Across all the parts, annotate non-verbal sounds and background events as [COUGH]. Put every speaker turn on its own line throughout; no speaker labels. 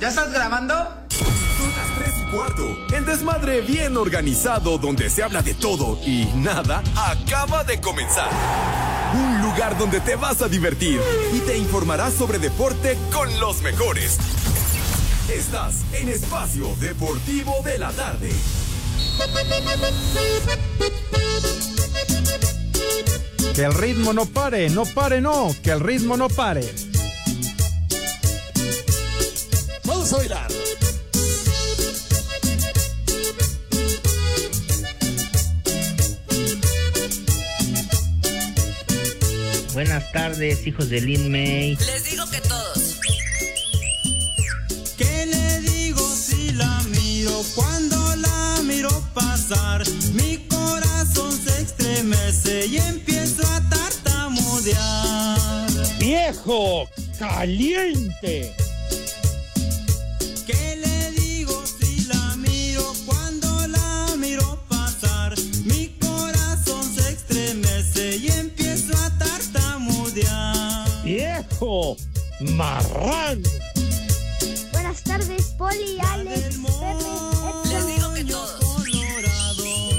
¿Ya estás grabando?
Son las 3 y cuarto. El desmadre bien organizado donde se habla de todo y nada acaba de comenzar. Un lugar donde te vas a divertir y te informarás sobre deporte con los mejores. Estás en Espacio Deportivo de la Tarde.
Que el ritmo no pare, no pare, no, que el ritmo no pare.
Vamos a bailar.
Buenas tardes, hijos del INMEI.
Les digo que todos.
¿Qué le digo si la miro? Cuando la miro pasar, mi corazón se estremece y empiezo a tartamudear.
¡Viejo! ¡Caliente!
¿Qué le digo si la miro? Cuando la miro pasar, mi corazón se estremece y empiezo a tartamudear.
¡Viejo! ¡Marrano!
Buenas tardes, Poli, Alex,
Del
Pepe, Edson.
Les digo que
moño
todos.
colorado.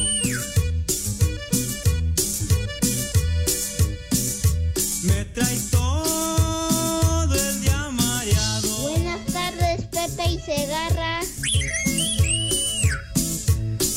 Me trae todo el día mareado.
Buenas tardes, Pepe y Segarra.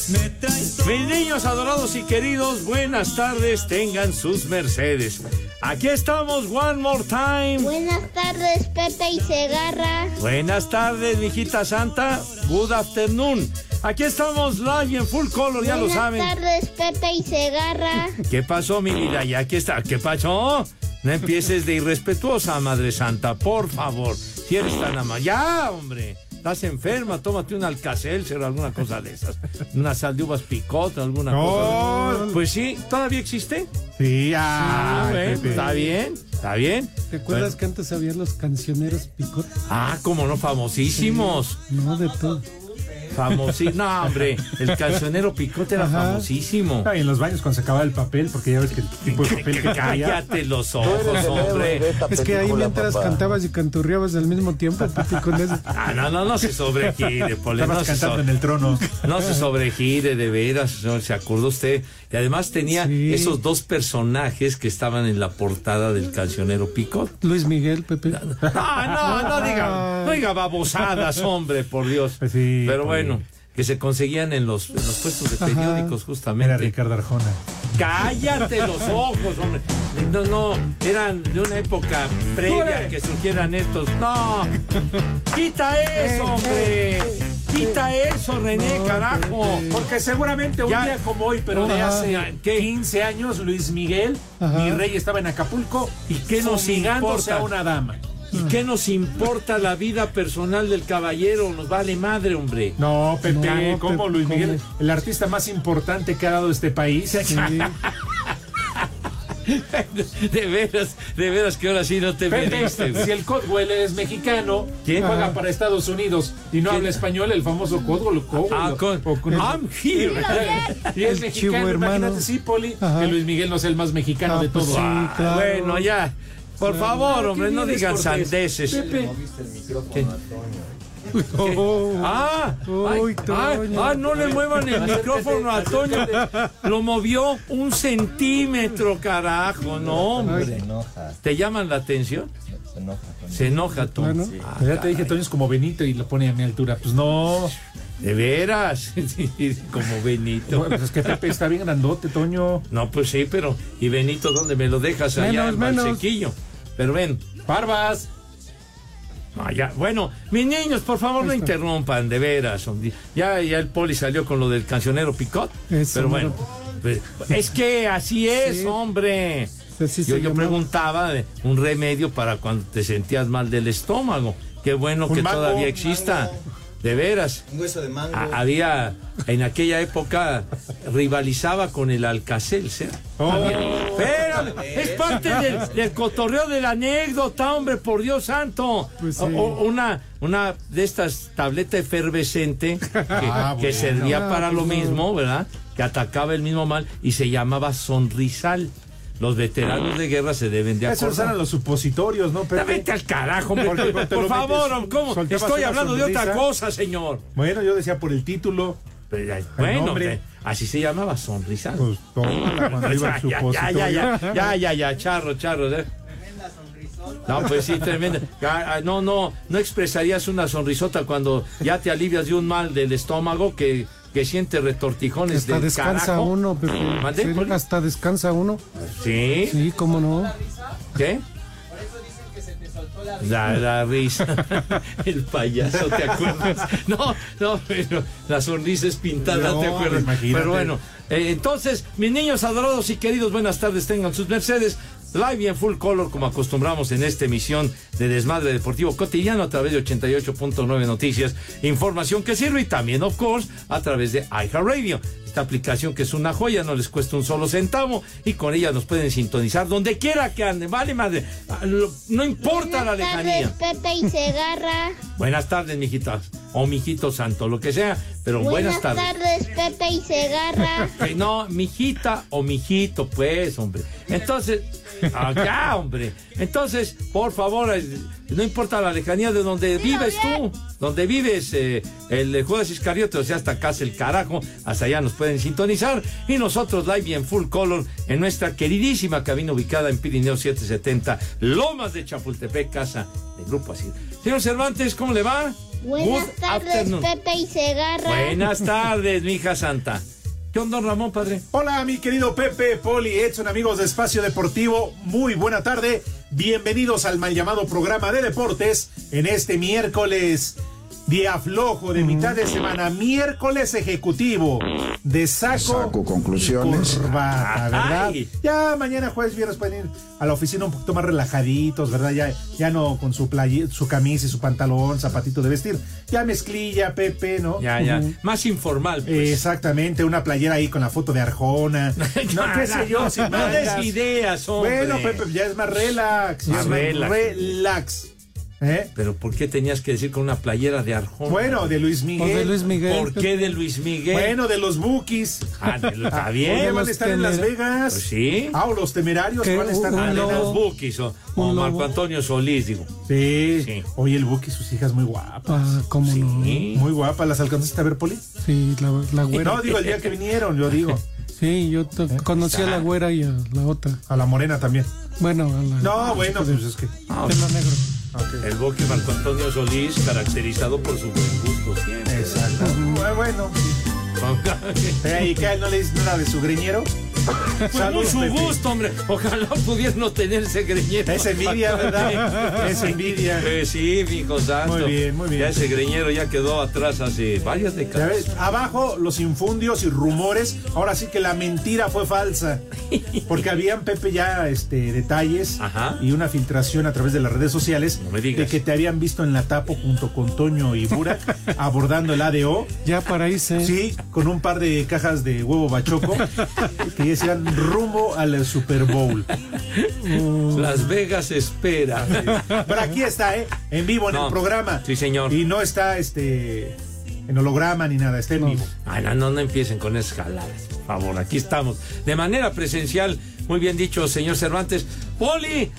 Me trae todo.
Mis niños adorados y queridos, buenas tardes, tengan sus mercedes. Aquí estamos, one more time.
Buenas tardes, Pepe y Segarra.
Buenas tardes, mijita santa. Good afternoon. Aquí estamos live en full color, ya lo
Buenas
saben.
tardes, Pepe
[LAUGHS]
y Segarra.
¿Qué pasó, mi Lila? Ya aquí está. ¿Qué pasó? No empieces de irrespetuosa, Madre Santa, por favor. Si eres tan amable. Ya, hombre. Estás enferma, tómate un alcacelcer o alguna cosa de esas. Una sal de uvas picota, alguna cosa.
No.
Pues sí, ¿todavía existe?
Sí,
Ah,
ay,
bueno,
Pepe.
está bien, está bien.
¿Te acuerdas
Bueno,
que antes había los cancioneros picot?
ah, como no, famosísimos.
No, de todo.
Famosísimo. No, Ah, hombre, el cancionero picote era
Ajá.
famosísimo.
Ah, y en los baños cuando se acababa el papel, porque ya ves que el tipo
[LAUGHS]
de papel que caía.
Cállate los ojos, hombre.
Pues, Es que ahí mientras cantabas y canturriabas al mismo tiempo, Pepe, con eso.
Ah, no, no, no se [LAUGHS] sobregire, Poli,
Estabas
no se
cantando
sobre-
en el trono.
No se sobregire, de veras, señor, se acordó usted. Y además tenía
Sí.
esos dos personajes que estaban en la portada del cancionero Picot.
Luis Miguel, Pepe. Ah,
No, no, no diga, no
[LAUGHS]
diga babosadas, hombre, por Dios.
Pues sí,
Pero
Poli.
bueno, que se conseguían en los, en los puestos de
Ajá.
periódicos,
Era
justamente.
Ricardo Arjona.
Cállate los ojos, hombre. No, no, eran de una época previa que surgieran estos. No, quita
Eh,
eso, hombre. Quita eso, René, carajo.
Porque seguramente un
Ya.
día como hoy, pero de
Ajá.
hace
¿Qué?
15 años, Luis Miguel,
Ajá.
mi rey, estaba en Acapulco
¿Y qué nos
fumigándose
importa?
a una dama.
¿Y qué nos importa la vida personal del caballero? Nos vale madre, hombre.
No, Pepe,
No,
como
Pepe,
Luis
¿cómo?
Miguel, el artista más importante que ha dado este país. [LAUGHS]
Sí.
De veras, de veras que ahora sí no te
Pepe,
veniste.
si el Codwell es mexicano,
¿Quién?
juega
Ajá.
para Estados Unidos y no
¿Quién?
habla español, el famoso Codwell. Codwell,
Ah,
o-
con-
o con-
I'm here.
Y es
El
mexicano,
chivo hermano.
imagínate, sí, Poli,
Ajá.
que Luis Miguel no es el más mexicano
Ah,
de
pues
todos.
sí.
Ah,
claro.
Bueno, ya. Por favor, hombre, no
vienes,
digan
Cortés?
sandeces.
Pepe, Oh.
Ah,
Uy,
ay, ay,
Toño.
ah, no le muevan el micrófono a Toño. Lo movió un centímetro, carajo, no, hombre. ¿Te llaman la atención? Se enoja, Toño.
Bueno.
Ah, [LAUGHS]
ya te dije, Toño es como Benito y lo pone a mi altura. Pues no,
De veras, Sí, como Benito.
pues es que Pepe está bien grandote, Toño.
No, pues sí, pero ¿y Benito dónde me lo dejas allá
Menos,
en
menos.
Valsequillo? Pero ven,
Barbas,
No, ya, bueno, mis niños, por favor, no interrumpan, de veras. hombre. Ya, ya el poli salió con lo del cancionero Picot.
Eso,
pero bueno, pues, es que así es,
Sí.
hombre.
Así se
yo, yo
llamaba.
preguntaba de un remedio para cuando te sentías mal del estómago. Qué bueno
Un
que
mango,
todavía
un
exista. De veras.
Un hueso de mango.
A- había, en aquella época, rivalizaba con el Alcacelser. Espérame, Oh. es parte del, del cotorreo de la anécdota, hombre, por Dios santo.
Pues
O- o- una, una de estas tabletas efervescente que,
Ah,
que
bueno.
servía
Ah,
para lo
pues no.
mismo, ¿verdad? Que atacaba el mismo mal y se llamaba sonrisal. Los veteranos de guerra se deben de
Esos
acordar.
eran los supositorios, ¿no?
Ya
Pepe?
Vete al carajo, hombre,
Porque
por,
te lo
favor,
metes,
¿cómo?
soltabas
Estoy
una
hablando de otra
sonrisa.
cosa, señor.
Bueno, yo decía por el título.
Bueno,
nombre.
eh, así se llamaba sonrisal.
Pues,
tómala, cuando iba
[LAUGHS] ya,
el
ya, ya, ya,
supositorio.
ya, ya, ya, charro, charro. ¿eh? No, pues sí, tremenda. Ah, ah, No, no, no expresarías una sonrisota cuando ya te alivias de un mal del estómago que, que siente retortijones
Hasta
del
descansa
Este, carajo.
uno, Pepe.
¿Mande?
Sí, hasta descansa uno.
Sí.
Sí, cómo no.
¿Qué? La, la risa, [LAUGHS] el payaso, ¿te acuerdas? No, no, pero la sonrisa es pintada,
No,
¿te acuerdas?
imagínate.
Pero bueno, eh, entonces, mis niños adorados y queridos, buenas tardes, tengan sus Mercedes. Live y en full color, como acostumbramos en esta emisión de Desmadre Deportivo Cotidiano a través de 88.9 Noticias. Información que sirve y también, of course, a través de iHeartRadio. Esta aplicación que es una joya, no les cuesta un solo centavo y con ella nos pueden sintonizar donde quiera que anden. Vale, madre. Ah, lo- No importa la lejanía.
Buenas tardes, Pepe y Segarra.
Buenas tardes, mijitas. O mijito santo, lo que sea, pero buenas, tardes.
tardes, Pepe y
[LAUGHS]
Segarra.
Que No, mijita o mijito, pues, hombre. Entonces, acá, hombre. Entonces, por favor, eh, no importa la lejanía de donde vives tú, donde vives eh, el de Judas Iscariote, o sea, hasta casa el carajo, hasta allá nos pueden sintonizar. Y nosotros live y en full color en nuestra queridísima cabina ubicada en Pirineo 770, Lomas de Chapultepec, casa del Grupo Así. Señor Cervantes, ¿cómo le va?
Buenas
Good
tardes,
afternoon.
Pepe y Segarra.
Buenas tardes, mi hija santa. ¿Qué onda, Ramón, padre?
Hola, mi querido Pepe, Poli, Edson, amigos de Espacio Deportivo, muy buena tarde. Bienvenidos al mal llamado programa de deportes en este miércoles. Día flojo de mitad de semana, miércoles ejecutivo de saco,
Saco conclusiones.
y corbata, ¿verdad?
Ay.
Ya mañana jueves viernes pueden ir a la oficina un poquito más relajaditos, ¿verdad? Ya, ya no con su playe- su camisa y su pantalón, zapatito de vestir. Ya mezclilla, Pepe, ¿no?
Ya, ya.
Ujú.
Más informal, pues.
Exactamente, una playera ahí con la foto de
[LAUGHS]
Arjona. No, qué sé yo, sin
No des
mangas.
ideas, hombre.
Bueno, Pepe, ya es más relax. ya
Más
es más
relax.
relax.
Pero ¿por qué tenías que decir con una playera de Arjona?
Bueno, de Luis Miguel.
O de Luis Miguel. ¿Por qué de Luis Miguel?
Bueno, de los Bookies.
Ah, de lo- está
[LAUGHS]
bien.
Hoy van a estar en Las
Temer-
Vegas.
Pues sí.
Ah, o los temerarios
Ah,
van a estar en
de
Arenas.
los Bukis o, o
un
Marco
lobo.
Antonio Solís, digo.
Sí. Oye, el Buki y sus hijas muy guapas.
Ah, cómo no.
Muy guapas. ¿Las alcanzaste a ver, Poli?
Sí, la, la güera.
No, digo, el día que vinieron,
[LAUGHS]
yo digo.
Sí, yo to- conocí a la güera y a la otra.
¿Eh? A la morena también.
Bueno, a la.
No, bueno, pues es que.
Ah,
negro.
El Buki Marco Antonio Solís, caracterizado por su buen gusto siempre.
Exacto. Ah, Bueno, Eh, ¿Y qué? ¿No le dices nada de su greñero?
Pues
Saludos,
mucho
Pepe.
gusto, [LAUGHS] hombre. Ojalá pudieras no tener ese greñero.
Es
[LAUGHS]
envidia, ¿verdad? Es envidia.
Eh, sí, hijo santo.
Muy bien, muy bien.
Ya ese greñero ya quedó atrás hace varias
Ya
décadas.
ves, abajo los infundios y rumores. Ahora sí que la mentira fue falsa. Porque habían, Pepe, ya este, detalles y una filtración a través de las redes sociales de que te habían visto en la tapo junto con Toño y
[LAUGHS]
Burak abordando el ADO.
Ya para irse.
Sí, con un par de cajas de
[LAUGHS]
huevo bachoco que decían rumbo al Super Bowl.
Las
[LAUGHS]
Vegas espera.
Pero aquí está, ¿eh? En vivo, en
No,
el programa.
Sí, señor.
Y no está este en holograma ni nada, está en vivo.
Ay, no, no, no empiecen con esas jaladas, por favor. Aquí estamos. De manera presencial, muy bien dicho, señor Cervantes. Poli,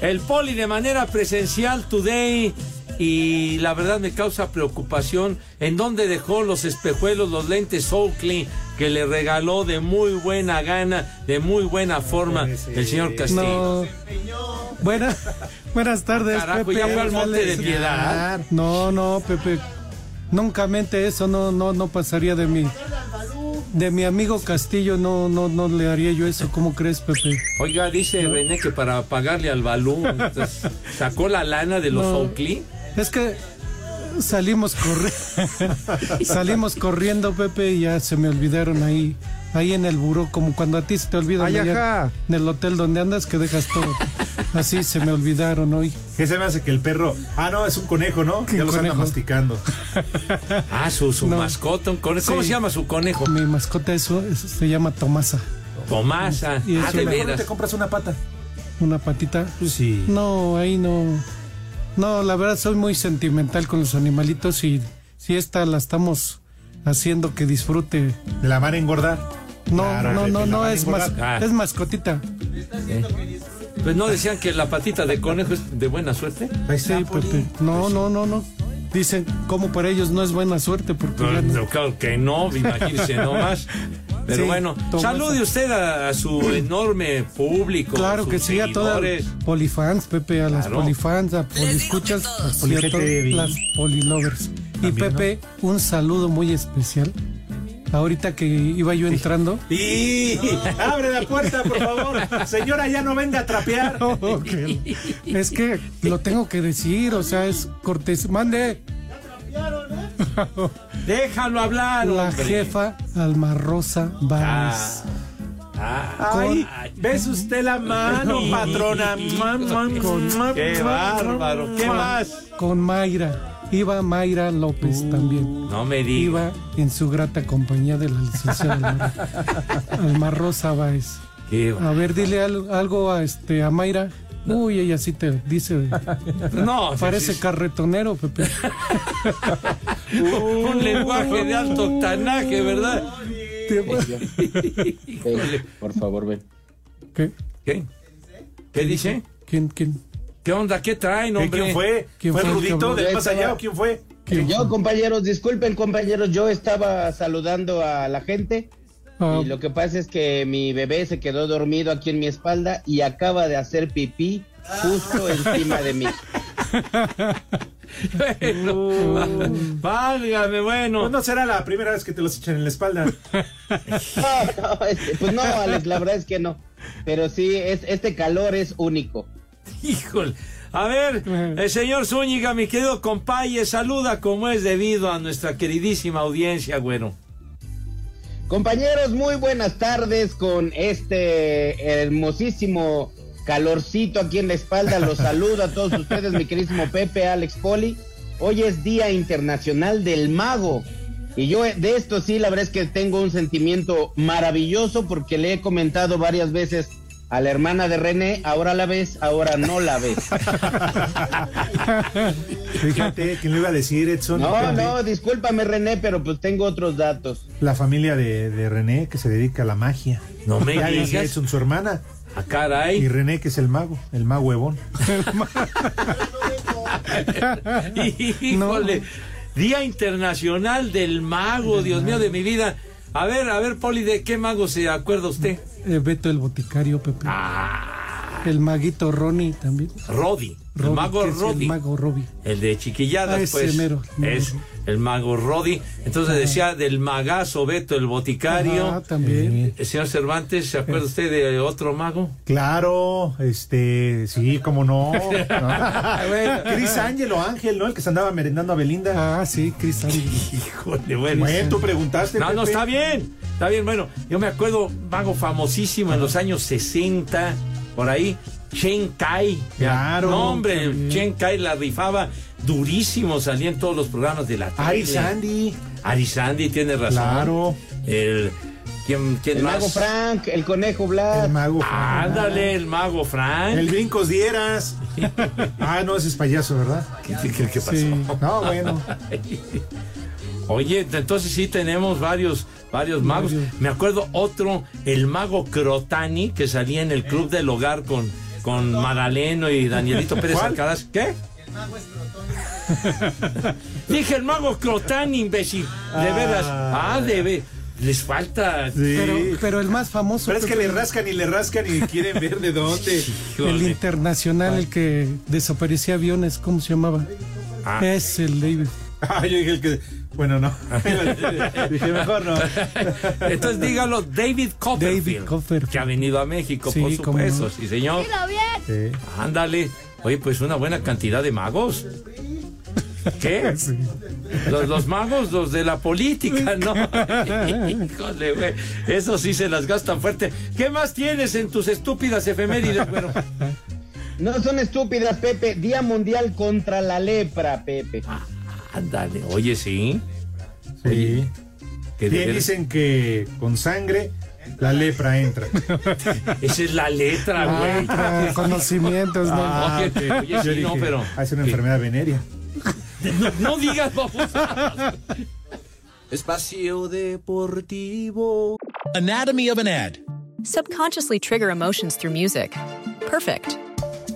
el poli de manera presencial today. Y la verdad me causa preocupación en dónde dejó los espejuelos, los lentes Oakley que le regaló de muy buena gana, de muy buena forma el señor Castillo.
No. Buena- buenas tardes,
Carajo,
Pepe.
ya fue al monte de
Alex.
piedad.
No, no, Pepe. Nunca mente eso, no, no, no pasaría de mí. De mi amigo Castillo no, no, no le haría yo eso. ¿Cómo crees, Pepe?
Oiga, dice René que para pagarle al balón entonces, sacó la lana de los
No.
Oakley.
Es que salimos corriendo, salimos corriendo, Pepe, y ya se me olvidaron ahí, ahí en el buró, como cuando a ti se te olvida
Ay,
allá
ajá.
en el hotel donde andas que dejas todo. Así se me olvidaron hoy.
¿Qué se me hace que el perro? Ah, no, es un conejo, ¿no? Ya los anda
conejo?
masticando.
Ah, su, su
No.
mascota, un conejo. ¿Cómo
Sí.
se llama su conejo?
Mi mascota eso, eso se llama Tomasa.
Tomasa.
Y es
Ah, de
una-
veras.
compras una pata.
Una patita. Pues,
Sí.
No, ahí no. No, la verdad soy muy sentimental con los animalitos y si esta la estamos haciendo que disfrute.
La van a engordar.
No,
Claro,
no,
que
no,
la
no,
van a
es,
engordar.
mas-
Ah.
es mascotita.
Pues no decían que la patita de conejo es de buena suerte.
Ahí
Sí,
está, Poli. Pues
Pepe. No, no, no, no. Dicen, como para ellos no es buena suerte porque
No,
ya no-
no, claro que no, imagínese nomás. Pero
Sí,
bueno,
Tomasa.
salude usted a, a su enorme público.
Claro
sus
que sí, a todas
seguidores.
polifans, Pepe, a las
Claro.
polifans, a poliescuchas, a
Les digo
y
que
a todas
todos.
las polilovers. Y
También,
Pepe, un saludo muy especial. Ahorita que iba yo entrando.
Y [LAUGHS] abre la puerta, por favor. Señora, ya no venga
[LAUGHS]
a trapear.
Ok. Es que lo tengo que decir, o sea, es cortés. Mande [LAUGHS]
Déjalo hablar.
la
hombre.
jefa Alma Rosa Báez.
Ah, ah,
Ay,
Con-
ves usted la
[LAUGHS]
mano, patrona. Man, man, man,
qué
man,
bárbaro. ¿Qué
man.
más? Uh.
Con Mayra. Iba Mayra López también.
No me diga.
Iba en su grata compañía de la licenciada Alma-
[LAUGHS]
Alma Rosa Báez.
Qué
A ver, dile al- algo a este a Mayra. Uy, ella sí te dice.
[LAUGHS]
[LAUGHS]
No,
Parece
sí, sí,
carretonero, Pepe.
[LAUGHS] un lenguaje de alto octanaje, ¿verdad? Híjole.
Por favor, ven.
¿Qué?
¿Qué? ¿Qué dice?
¿Quién, quién?
¿Qué onda? ¿Qué traen,
¿Qué,
hombre?
¿Quién fue?
¿Quién
¿Fue
fue
el
el
Rudito
cabrón?
del
Ahí
más
estaba.
allá o quién fue?
¿Quién?
Yo, compañeros, disculpen, compañeros, yo estaba saludando a la gente.
Ah,
Y lo que pasa es que mi bebé se quedó dormido aquí en mi espalda y acaba de hacer pipí justo
Ah.
encima de
[LAUGHS]
mí.
Bueno, válgame, bueno.
Pues no será la primera vez que te los echan en la espalda.
No, no, este, pues no, Alex, la verdad es que no. Pero sí, es, este calor es único.
Híjole. A ver, el señor Zúñiga, mi querido compaye, saluda como es debido a nuestra queridísima audiencia, güero.
Compañeros, muy buenas tardes con este hermosísimo calorcito aquí en la espalda.
[LAUGHS]
Los saludo a todos ustedes, mi queridísimo Pepe, Alex Poli. Hoy es Día Internacional del Mago. Y yo eh, de esto sí, la verdad es que tengo un sentimiento maravilloso porque le he comentado varias veces a la hermana de René, ahora la ves, ahora no la
[LAUGHS]
ves.
Fíjate, ¿quién le iba a decir, Edson?
No,
Fíjate.
no, discúlpame René, pero pues tengo otros datos.
La familia de, de René que se dedica a la magia.
No me
Ya
digas.
decía Edson, su hermana.
A
Y
caray.
René que es el mago, el mago huevón.
[LAUGHS] Híjole. Día Internacional del Mago, Dios mío de mi vida. A ver, a ver, Poli, ¿de qué mago se acuerda usted?
eh, Beto el boticario, Pepe. El maguito Ronnie también.
Roddy. El
Robbie,
mago
que es
Roddy.
El mago Robbie.
El de chiquilladas,
Ah, ese
pues.
mero, el mago Ah.
es
Roddy.
el mago Roddy. Entonces decía del magazo Beto, el boticario.
Ah, también.
Eh, Señor Cervantes, ¿se acuerda usted de otro mago?
Claro, este, sí, cómo
[LAUGHS]
no.
Bueno.
Cris Ángel o Ángel, ¿no? El que se andaba merendando a Belinda.
Ah, sí, Cris Ángel.
[LAUGHS] Híjole, bueno.
Bueno, tú preguntaste.
No, no,
Pepe.
está bien. Está bien, bueno. Yo me acuerdo, mago famosísimo en los años 60, por ahí, Chen Kai.
Claro. Mm.
No, hombre, el Chen Kai la rifaba durísimo, salía en todos los programas de la tele.
Ay, Sandy.
Arisandi tiene razón.
Claro.
El, ¿Quién, quién
El
más?
mago Frank, el conejo Blas.
El mago.
Ándale, el mago Frank.
El brincos dieras. Ah, no, ese es payaso, ¿verdad?
¿Qué, qué- qué pasó?
Sí.
No, bueno.
[LAUGHS] Oye, entonces sí tenemos varios, varios magos.
Varios.
Me acuerdo otro, el mago Crotani, que salía en el Club del Hogar con, con Madaleno y Danielito Pérez
¿Cuál?
Alcaraz. ¿Qué? Dije el mago Crotani, imbécil. De veras. Ah, de ve- Les falta.
Sí.
Pero, pero el más famoso.
Pero es que
Pepe,
le rascan y le rascan y quieren ver de dónde.
El
¿eh?
Híjole.
internacional, el que desaparecía aviones, ¿cómo se llamaba?
Ah.
Es el David.
Ah, yo dije el que. Bueno, no. [LAUGHS]
Ah.
dije mejor no.
Entonces dígalo, David Copperfield.
David Copperfield.
Que ha venido a México,
Sí,
por
cómo
supuesto.
no.
Sí, señor.
Sí.
Ándale. Oye, pues una buena cantidad de magos. ¿Qué? Los, los magos, los de la política, ¿no? Híjole, güey. Eso sí se las gastan fuerte. ¿Qué más tienes en tus estúpidas efemérides, güero?
No son estúpidas, Pepe. Día Mundial contra la Lepra, Pepe.
Ándale, oye, sí.
Sí.
Oye, que de
Bien,
veras-
dicen que con sangre la lepra entra.
[LAUGHS] Esa es la letra, güey.
Ah, conocimientos, ¿no?
Ah, ok, oye,
Yo
sí,
dije,
no, pero-
"Ah, Es una enfermedad venérea.
No digas, vamos.
Espacio Deportivo. Anatomy of an ad.
Subconsciously trigger emotions through music. Perfect.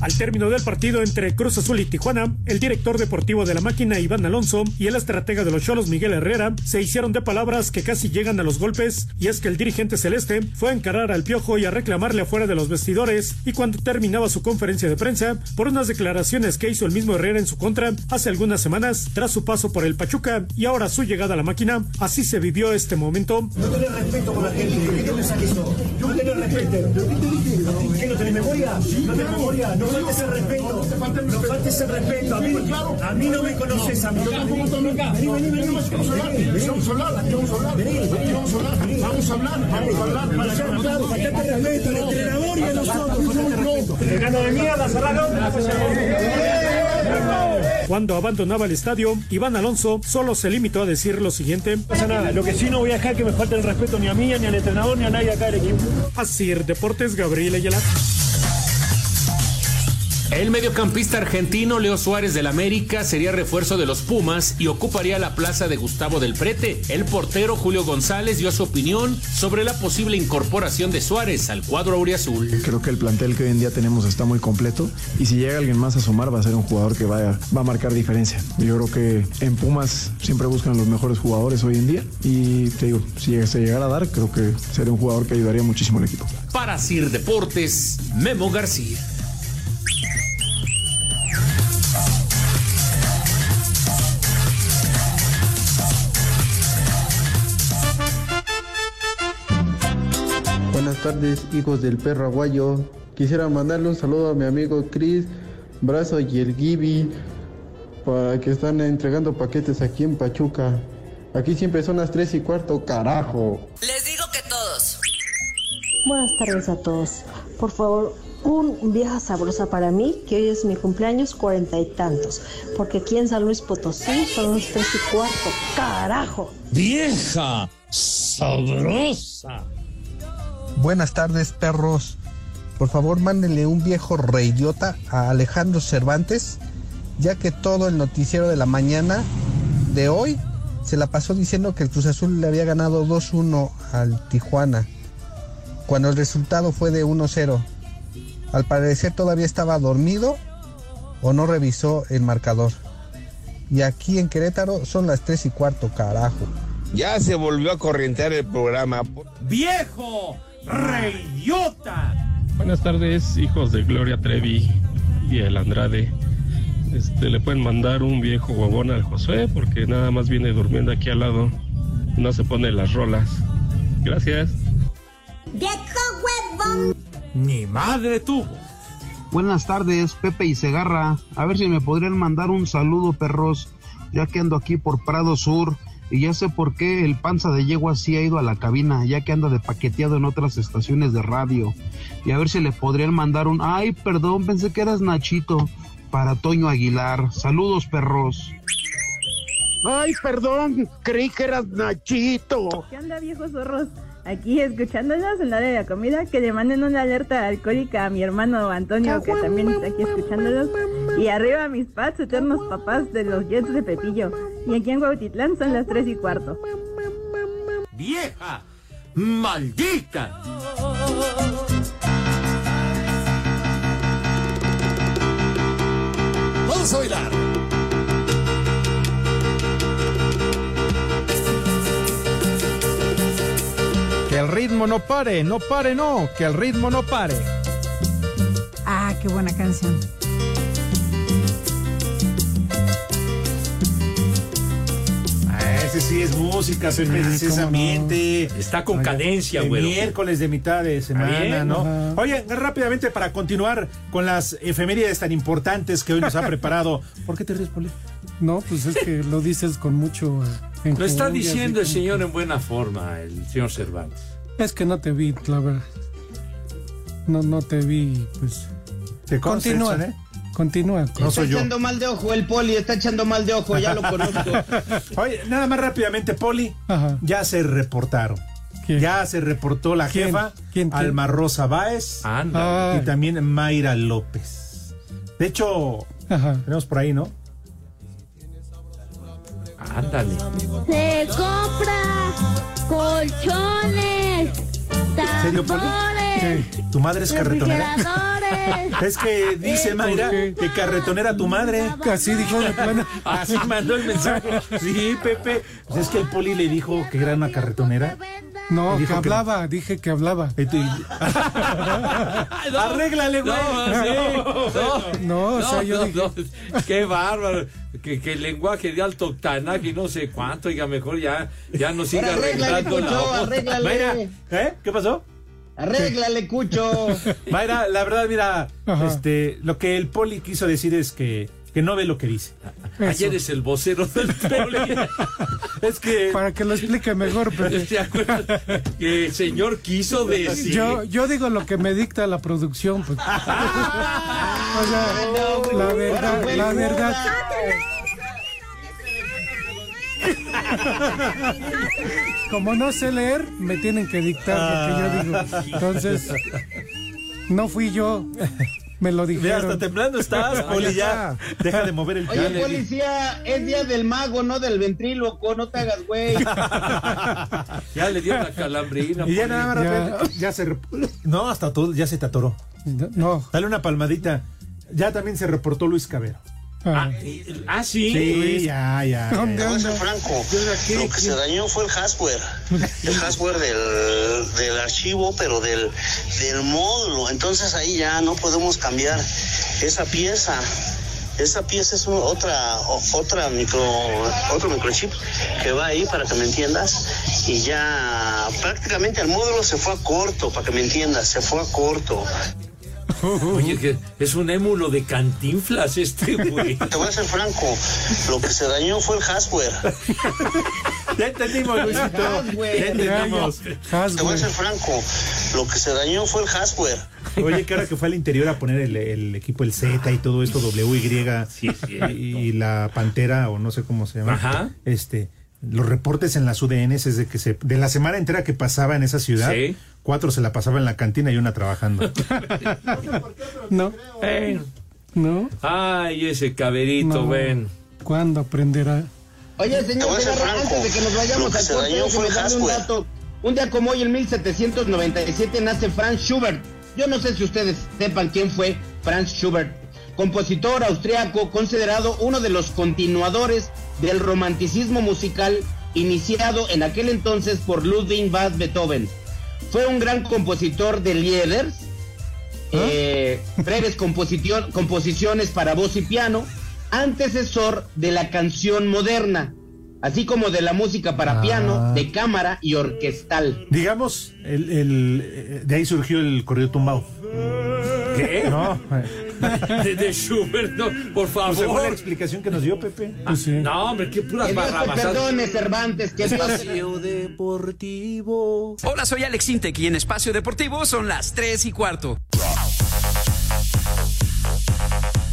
Al término del partido entre Cruz Azul y Tijuana, el director deportivo de la máquina Iván Alonso y el estratega de los Cholos Miguel Herrera se hicieron de palabras que casi llegan a los golpes, y es que el dirigente celeste fue a encarar al piojo y a reclamarle afuera de los vestidores, y cuando terminaba su conferencia de prensa, por unas declaraciones que hizo el mismo Herrera en su contra hace algunas semanas, tras su paso por el Pachuca y ahora su llegada a la máquina, así se vivió este momento.
No tenés respeto por la gente. ¿Qué te pensás que sos? No tenés respeto. ¿Pero qué te dije? ¿Qué no tenés memoria? No tenés memoria. No faltes el respeto. No faltes el respeto. A mí, a mí no me conoces a mí. Vení, vení, vení. Vamos a hablar. Vamos a hablar. Vamos a hablar. Vamos a hablar. Vamos a hablar. Vamos a hablar. Faltate respeto al entrenador y a nosotros. Gano de mierda,
Cuando abandonaba el estadio, Iván Alonso solo se limitó a decir lo siguiente.
pasa nada. Lo que sí no voy a dejar que me falte el respeto ni a mí, ni al entrenador, ni a nadie acá del equipo.
Así, Deportes Gabriel Ayala.
El mediocampista argentino Leo Suárez del América sería refuerzo de los Pumas y ocuparía la plaza de Gustavo del Prete. El portero Julio González dio su opinión sobre la posible incorporación de Suárez al cuadro auriazul.
Creo que el plantel que hoy en día tenemos está muy completo y si llega alguien más a sumar va a ser un jugador que va a, va a marcar diferencia. Yo creo que en Pumas siempre buscan los mejores jugadores hoy en día y te digo, si se llegara a dar, creo que sería un jugador que ayudaría muchísimo al equipo.
Para Sir Deportes, Memo García.
Buenas tardes, hijos del perro aguayo. Quisiera mandarle un saludo a mi amigo Chris, Brazo y el Gibi, para que están entregando paquetes aquí en Pachuca. Aquí siempre son las 3 y cuarto, carajo.
Les digo que todos.
Buenas tardes a todos. Por favor, un vieja sabrosa para mí, que hoy es mi cumpleaños cuarenta y tantos. Porque aquí en San Luis Potosí son los tres y cuarto. ¡Carajo!
Vieja sabrosa.
Buenas tardes, perros. Por favor, mándenle un viejo reidiota a Alejandro Cervantes, ya que todo el noticiero de la mañana de hoy se la pasó diciendo que el Cruz Azul le había ganado 2-1 al Tijuana, cuando el resultado fue de 1-0. Al parecer todavía estaba dormido o no revisó el marcador. Y aquí en Querétaro son las 3 y cuarto, carajo.
Ya se volvió a corrientear el programa.
¡Viejo! ¡Reyota!
Buenas tardes, hijos de Gloria Trevi y el Andrade. Este, le pueden mandar un viejo huevón al Josué porque nada más viene durmiendo aquí al lado. No se pone las rolas. Gracias.
Mi madre tuvo.
Buenas tardes, Pepe y Segarra. A ver si me podrían mandar un saludo, perros, ya que ando aquí por Prado Sur y ya sé por qué el panza de yegua sí ha ido a la cabina, ya que anda de paqueteado en otras estaciones de radio. Y a ver si le podrían mandar un... Ay, perdón, pensé que eras Nachito, para Toño Aguilar. Saludos, perros.
Ay, perdón, creí que eras Nachito.
¿Qué onda, viejos zorros? Aquí escuchándonos en la hora de la comida, que le manden una alerta alcohólica a mi hermano Antonio, que también está aquí escuchándolos. Y arriba mis pats, eternos papás de los Jets de Pepillo. Y aquí en Huautitlán son las tres y cuarto.
¡Vieja! ¡Maldita!
Vamos a bailar.
Que el ritmo no pare, no pare, no, que el ritmo no pare.
Ah, qué buena canción.
Ah, Ese sí es música, Pepe, ese es ambiente.
Está con cadencia,
de
güey.
miércoles de mitad de semana,
bien,
¿no? Oye, rápidamente para continuar con las efemérides tan importantes que hoy
[LAUGHS]
nos ha preparado. ¿Por qué te ríes, Poli?
No, pues es que lo dices con mucho. eh,
Lo está
enjundia, así
diciendo el
como-
señor en buena forma, el señor Cervantes.
Es que no te vi, la verdad. No, no te vi, pues.
Te
consta,
continúa,
Edson, ¿eh?
continúa.
está echando mal de ojo el poli, está echando mal de ojo, ya lo conozco.
[LAUGHS] Oye, nada más rápidamente, Poli. Ya se reportaron. Ya se reportó la
¿Quién?
jefa
¿Quién, quién?
Alma Rosa Báez
Ándale.
y también Mayra López. De hecho, tenemos por ahí, ¿no?
Ándale.
Se compra colchones,
serio, Poli?
tambores,
¿Tu madre es carretonera?
refrigeradores.
[LAUGHS] Es que dice Mayra que carretonera tu madre.
Así dijo la
Así mandó el mensaje. Sí, Pepe. Pues es que el poli le dijo que era una carretonera.
No,
Le dijo
que
que no.
hablaba, dije que hablaba.
Arréglale, güey.
[LAUGHS]
No,
No, o sea, yo dije-
no. Qué bárbaro. Que, que el lenguaje de alto octanaje y no sé cuánto. Oiga, mejor ya, ya no siga
Ahora arréglale,
arreglando la
Cucho,
voz.
arréglale.
Mayra,
¿Eh? ¿Qué pasó?
Arréglale, Cucho.
[LAUGHS] Mayra, la verdad, mira, este, lo que el poli quiso decir es que, que no ve lo que dice.
Ayer es el vocero del
[LAUGHS]
poli.
es que.
Para que lo explique mejor, pero.
¿Te acuerdas? Que el señor quiso decir.
Yo, yo digo lo que me dicta la producción,
[LAUGHS]
pues.
Ah,
O sea, la verdad, la verdad. [LAUGHS] Como no sé leer, me tienen que dictar lo que yo digo. Entonces, no fui yo. Me lo
Ve,
dijeron.
hasta temblando estás, poli, ya. Deja de mover el
Oye,
cable.
policía, es día del mago, no del ventríloco, no te hagas güey.
Ya le dio la calambrina.
Y ya
Poli.
nada más rápido, [LAUGHS] ya se rep- No, hasta tú ya se te atoró.
No.
Dale una palmadita. Ya también se reportó Luis Cabero.
Ah,
ah,
sí. Sí, ya, ya. ya,
Te
ya.
voy a ser franco, lo que se dañó fue el hardware, el hardware del, del archivo, pero del, del módulo. Entonces ahí ya no podemos cambiar esa pieza. Esa pieza es un- otra o- otra micro otro microchip que va ahí para que me entiendas y ya prácticamente el módulo se fue a corto para que me entiendas se fue a corto.
Oye, que es un émulo de cantinflas este güey.
Te voy a ser franco, lo que se dañó fue el hardware.
Ya entendimos,
Luisito.
Ya entendimos.
Te voy a ser franco, lo que se dañó fue el hardware.
Oye, que ahora que fue al interior a poner el, el equipo, el Z y todo esto, WY
cierto.
y, y la Pantera, o no sé cómo se llama.
Ajá.
Este, los reportes en las UDNs es de que se, de la semana entera que pasaba en esa ciudad,
Sí.
cuatro se la pasaba en la cantina y una trabajando.
No.
Eh,
No.
Ay, ese caberito,
No.
ven.
¿Cuándo aprenderá?
Oye, señor, Segarra, antes de que nos vayamos al corte, déjeme darle un dato. Un día como hoy, en 1797, nace Franz Schubert. Yo no sé si ustedes sepan quién fue Franz Schubert, compositor austriaco considerado uno de los continuadores del romanticismo musical iniciado en aquel entonces por Ludwig van Beethoven. Fue un gran compositor de lieders, eh, breves compositio- composiciones para voz y piano, antecesor de la canción moderna, así como de la música para piano, de cámara y orquestal.
Digamos, el, el, eh, de ahí surgió el corrido tumbao.
¿Qué?
No.
De, de Schubert, no, por favor.
Pues, fue la explicación que nos dio Pepe.
Ah, No, hombre, qué puras barrabasadas.
Perdone, Cervantes, que
Espacio Deportivo.
Hola, soy Alex Intec y en Espacio Deportivo son las 3 y cuarto.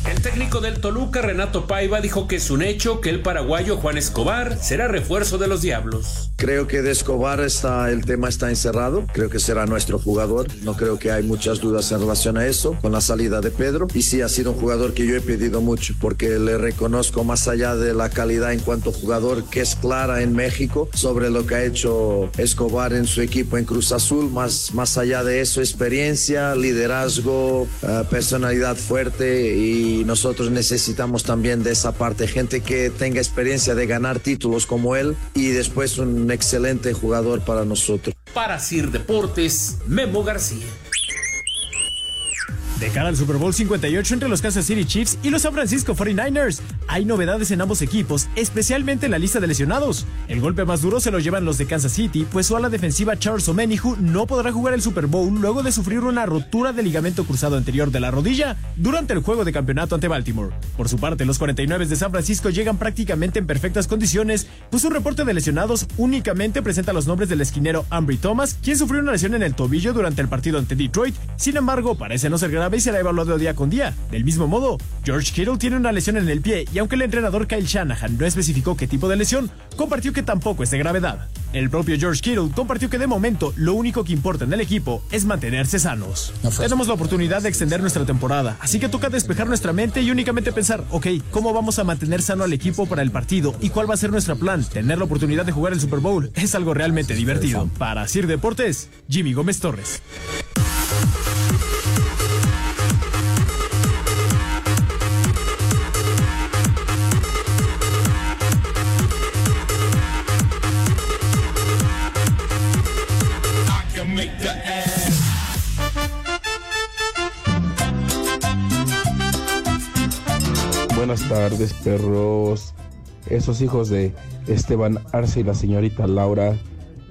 El técnico del Toluca, Renato Paiva, dijo que es un hecho que el paraguayo Juan Escobar será refuerzo de los Diablos.
Creo que de Escobar está, el tema está encerrado. Creo que será nuestro jugador. No creo que hay muchas dudas en relación a eso, con la salida de Pedro. Y sí, ha sido un jugador que yo he pedido mucho, porque le reconozco más allá de la calidad en cuanto jugador que es clara en México sobre lo que ha hecho Escobar en su equipo en Cruz Azul. Más, más allá de eso, experiencia, liderazgo, eh, personalidad fuerte. Y nosotros necesitamos también de esa parte, gente que tenga experiencia de ganar títulos como él y después un excelente jugador para nosotros.
Para Sir Deportes, Memo García.
De cara al Super Bowl 58 entre los Kansas City Chiefs y los San Francisco 49ers, hay novedades en ambos equipos, especialmente en la lista de lesionados. El golpe más duro se lo llevan los de Kansas City, pues su ala defensiva Charles Omenihu no podrá jugar el Super Bowl luego de sufrir una rotura del ligamento cruzado anterior de la rodilla durante el juego de campeonato ante Baltimore. Por su parte, los 49 de San Francisco llegan prácticamente en perfectas condiciones, pues su reporte de lesionados únicamente presenta los nombres del esquinero Ambry Thomas, quien sufrió una lesión en el tobillo durante el partido ante Detroit. Sin embargo, parece no ser grave y será evaluado día con día. Del mismo modo, George Kittle tiene una lesión en el pie y aunque el entrenador Kyle Shanahan no especificó qué tipo de lesión, compartió que tampoco es de gravedad. El propio George Kittle compartió que de momento lo único que importa en el equipo es mantenerse sanos. Tenemos la oportunidad de extender nuestra temporada, así que toca despejar nuestra mente y únicamente pensar, ok, ¿cómo vamos a mantener sano al equipo para el partido y cuál va a ser nuestro plan? Tener la oportunidad de jugar el Super Bowl es algo realmente divertido. Para Sir Deportes, Jimmy Gómez Torres.
Buenas tardes, perros. Esos hijos de Esteban Arce y la señorita Laura.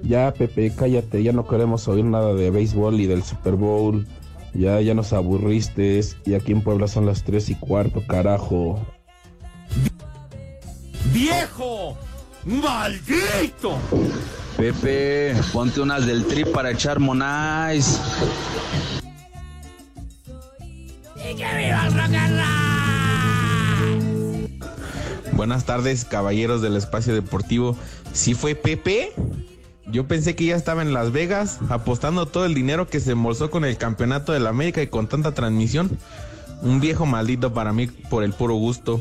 Ya, Pepe, cállate, ya no queremos oír nada de béisbol y del Super Bowl. Ya, ya nos aburriste. Y aquí en Puebla son las 3 y cuarto, carajo.
¡Viejo! ¡Maldito!
Pepe, ponte unas del trip para echar monais.
¡Y que viva el rock and
Buenas tardes, caballeros del espacio deportivo. Si fue Pepe, yo pensé que ya estaba en Las Vegas apostando todo el dinero que se embolsó con el campeonato de la América y con tanta transmisión. Un viejo maldito para mí por el puro gusto.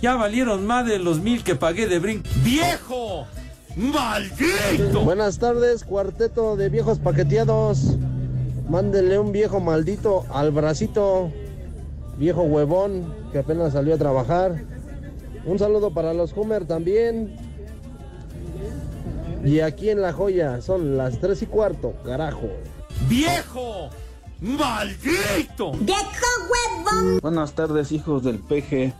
Ya valieron más de los mil que pagué de brinco. ¡Viejo! ¡Maldito!
Buenas tardes, cuarteto de viejos paqueteados. Mándenle un viejo maldito al bracito, viejo huevón que apenas salió a trabajar. Un saludo para los Homer también. Y aquí en La Joya son las 3 y cuarto, carajo.
¡Viejo! ¡Maldito!
Buenas tardes, hijos del PG.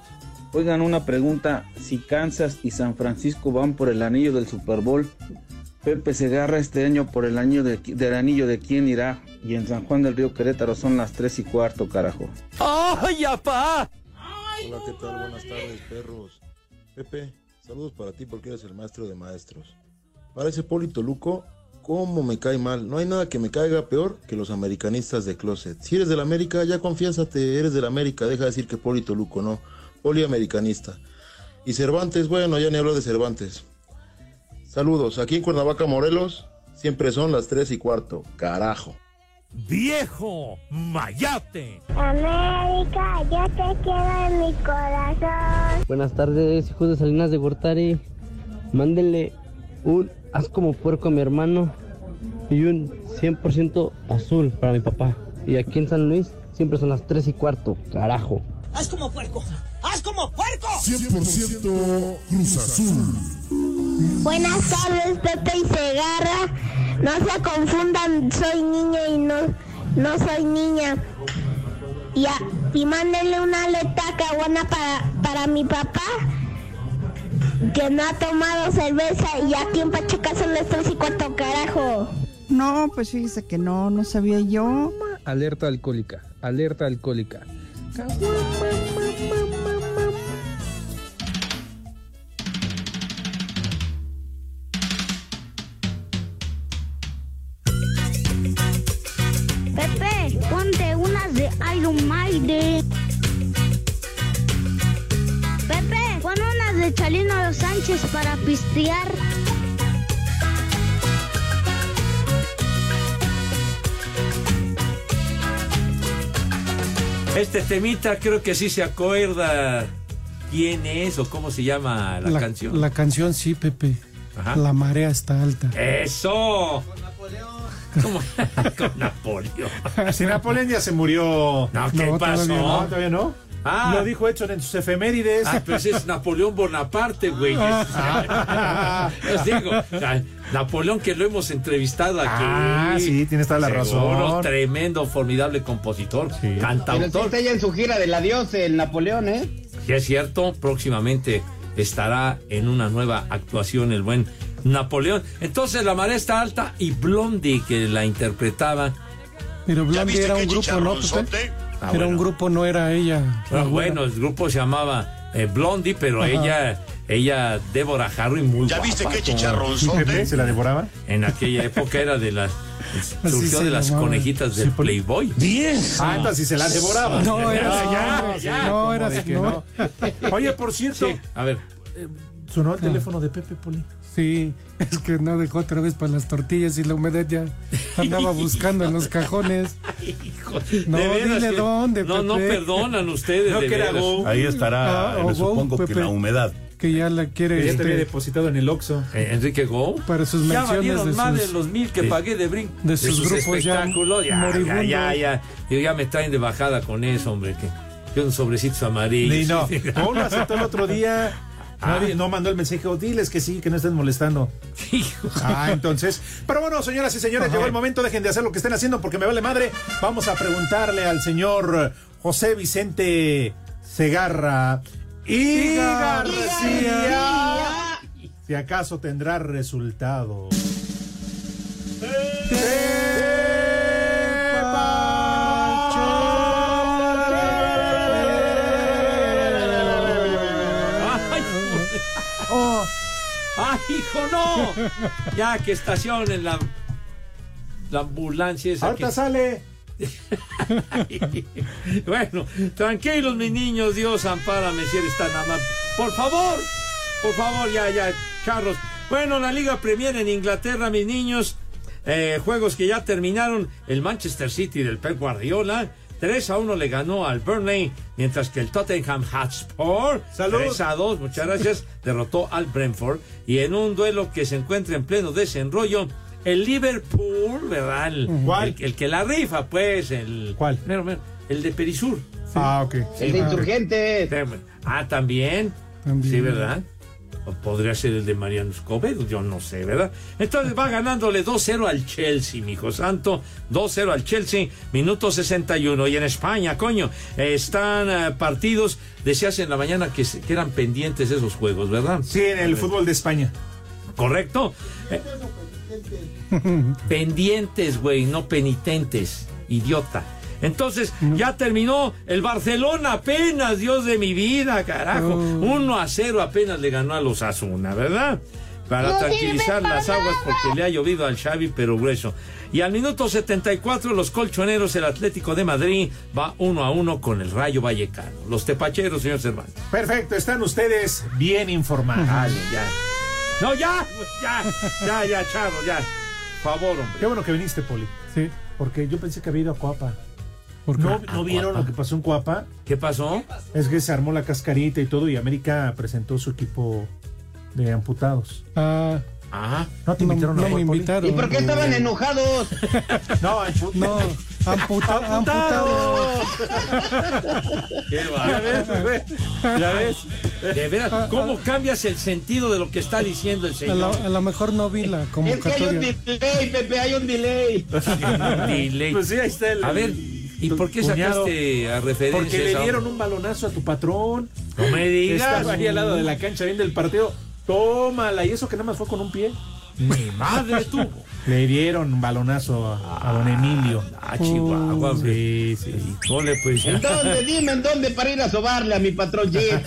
Oigan una pregunta, si Kansas y San Francisco van por el anillo del Super Bowl, Pepe se agarra este año por el anillo de, del anillo de quién irá y en San Juan del Río Querétaro son las 3 y cuarto, carajo.
¡Ay, apá!
Hola, ¿qué tal? Buenas tardes, perros. Pepe, saludos para ti porque eres el maestro de maestros. Para ese Polito Luco, ¿cómo me cae mal? No hay nada que me caiga peor que los americanistas de closet. Si eres del América, ya confiésate, eres del América, deja de decir que Polito Luco no poliamericanista. Y Cervantes, bueno, ya ni hablo de Cervantes. Saludos, aquí en Cuernavaca, Morelos, siempre son las 3 y cuarto, carajo.
¡Viejo! ¡Mayate!
América, yo te quiero en mi corazón.
Buenas tardes, hijos de Salinas de Gortari. Mándenle un haz como puerco a mi hermano y un 100% azul para mi papá. Y aquí en San Luis siempre son las 3 y cuarto, carajo.
¡Haz como puerco! ¡Haz como puerco!
100% Cruz Azul.
Buenas tardes, Pepe y Segarra. No se confundan, soy niño y no, no soy niña. Y, a- y mándenle una aleta caguana para, para mi papá, que no ha tomado cerveza y aquí en Pachuca son las tres y cuarto, carajo.
No, pues fíjese que no, no sabía yo.
Alerta alcohólica, alerta alcohólica.
Pepe, ponte unas de Iron Maiden. Pepe, pon unas de Chalino Los Sánchez para pistear.
Este temita creo que sí se acuerda quién es o cómo se llama la, canción.
La canción sí, Pepe.
Ajá.
La marea está alta.
¡Eso!
[LAUGHS]
Con Napoleón. Con Napoleón.
Si Napoleón ya se murió.
No, ¿qué
Todavía
pasó?
no, todavía no.
Ah.
Lo dijo Edson en sus efemérides.
Ah, pues
[LAUGHS]
es Napoleón Bonaparte, güey.
Ah.
Les digo, na- Napoleón que lo hemos entrevistado aquí.
Ah, sí, tienes toda la
Seguro,
razón.
Tremendo, formidable compositor,
Pero sí
cantautor.
está ya en su gira del adiós, el Napoleón, ¿eh?
Y es cierto, próximamente estará en una nueva actuación el buen Napoleón. Entonces, La Marea está alta y Blondie, que la interpretaba.
Pero Blondie
viste
era
qué
un grupo, ¿no?
chicharronzote?
Pepe?
Ah,
era
bueno.
un grupo, no era ella.
Ah, bueno, el grupo se llamaba eh, Blondie, pero
Ajá.
ella, ella, Débora Harry, muy
¿Ya viste
guapa,
qué
como-
chicharronzote?
¿eh?
Pepe, ¿se la devoraba?
En aquella época era de las.
Así
Surgió
se
de las
llamaba.
conejitas del Playboy. ¡Diez!
Ah, entonces sí se la devoraba.
No,
Ya,
era.
ya,
hombre,
ya,
no,
como
era-
de que
no.
no. Oye, por cierto,
A ver.
sonó el teléfono de Pepe Poli.
Ah. Sí, es que no dejó otra vez para las tortillas y la humedad ya andaba buscando en los cajones. No,
De veras
dile
que-
dónde,
No, no
Pepe.
perdonan ustedes.
No,
de
que era
veras.
Go.
Ahí estará,
Ah,
eh,
o
supongo
Go,
que
Pepe.
la humedad.
Que ya la quiere
Ya te había
este,
depositado en el Oxxo.
Eh, Enrique Go.
para sus
Ya
menciones
valieron
de
más
sus...
de los mil que
de-
pagué de brinco.
de sus grupos ya
espectáculos. Ya, ya,
moribundos.
ya, ya. Yo ya me traen de bajada con eso, hombre. Que, que unos sobrecitos amarillos.
Ni no.
[LAUGHS]
[LAUGHS] No lo aceptó el otro día.
Ah.
Nadie, no mandó el mensaje. "Oh, Diles que sí, que no estén molestando. Ah, entonces. Pero bueno, señoras y señores, llegó el momento. Dejen de hacer lo que estén haciendo porque me vale madre. Vamos a preguntarle al señor José Vicente Segarra y García si acaso tendrá resultado.
Oh.
¡Ay, hijo, no! Ya que estacionen la, la ambulancia esa.
Ahorita
que-
sale.
bueno, tranquilos, mis niños. Dios, ampárame si eres tan amable. Por favor, por favor, ya, ya, Carlos. Bueno, la Liga Premier en Inglaterra, mis niños. eh, juegos que ya terminaron. El Manchester City del Pep Guardiola. 3 a 1 le ganó al Burnley, mientras que el Tottenham Hotspur, 3 a 2, muchas gracias, derrotó al Brentford. Y en un duelo que se encuentra en pleno desenrollo, el Liverpool, ¿verdad? El,
¿Cuál?
el- el que la rifa, pues, el. ¿Cuál? el de Perisur.
Ah, ok.
El de Insurgente.
Ah, también.
También.
Sí, ¿verdad? O podría ser el de Mariano Escobedo, yo no sé, ¿verdad? Entonces va ganándole 2-0 al Chelsea, mijo santo. 2-0 al Chelsea, minuto 61. Y en España, coño, eh, están eh, partidos, decías en la mañana que, se- que eran pendientes esos juegos, ¿verdad?
Sí, en el fútbol de España.
[LAUGHS]
Correcto. Eh, pendientes, güey, no penitentes, idiota. Entonces, ya terminó el Barcelona apenas, Dios de mi vida, carajo. 1 a 0 apenas le ganó a los Asuna, ¿verdad? Para
No sirve
tranquilizar
para
las aguas porque le ha llovido al Xavi, pero grueso. Y al minuto 74, los colchoneros, el Atlético de Madrid, va 1 a 1 con el Rayo Vallecano. Los tepacheros, señor Cervantes.
Perfecto, están ustedes bien informados.
ya. No, ya, ya, ya, ya, Chavo, ya. Por favor, hombre.
Qué bueno que viniste, Poli. Sí. Porque yo pensé que había ido a Coapa. ¿No, no vieron lo que pasó en Coapa?
¿Qué pasó?
Es que se armó la cascarita y todo y América presentó su equipo de amputados.
Ah,
Ajá.
No te invitaron
no
a
me
Coapa, Poli?
invitaron. ¿Y por qué
Estaban enojados.
[LAUGHS] No,
No, amputa- amputados.
Qué bárbaro.
Ya ves,
Ya ves. De
Ah,
veras, ¿cómo cambias el sentido de lo que está diciendo el
A lo,
señor?
a lo mejor no vi la
Es que hay un
convocatoria.
delay, [LAUGHS] Pepe, hay un delay.
[LAUGHS] Delay.
Pues sí, ahí está el-
A ver, ¿y por qué
Cuñado.
sacaste a referencia?
Porque
esa
le
onda?
dieron un balonazo a tu patrón.
No me
Que
digas.
Estaba ahí al lado de la cancha viendo el partido. Tómala, y eso que nada más fue con un pie.
Mi madre tú.
Le dieron un balonazo a, a don Emilio.
Ah, Chihuahua,
sí, sí.
Ole, pues.
¿En dónde? Dime en dónde para ir a sobarle a mi patrón [LAUGHS] Jeep.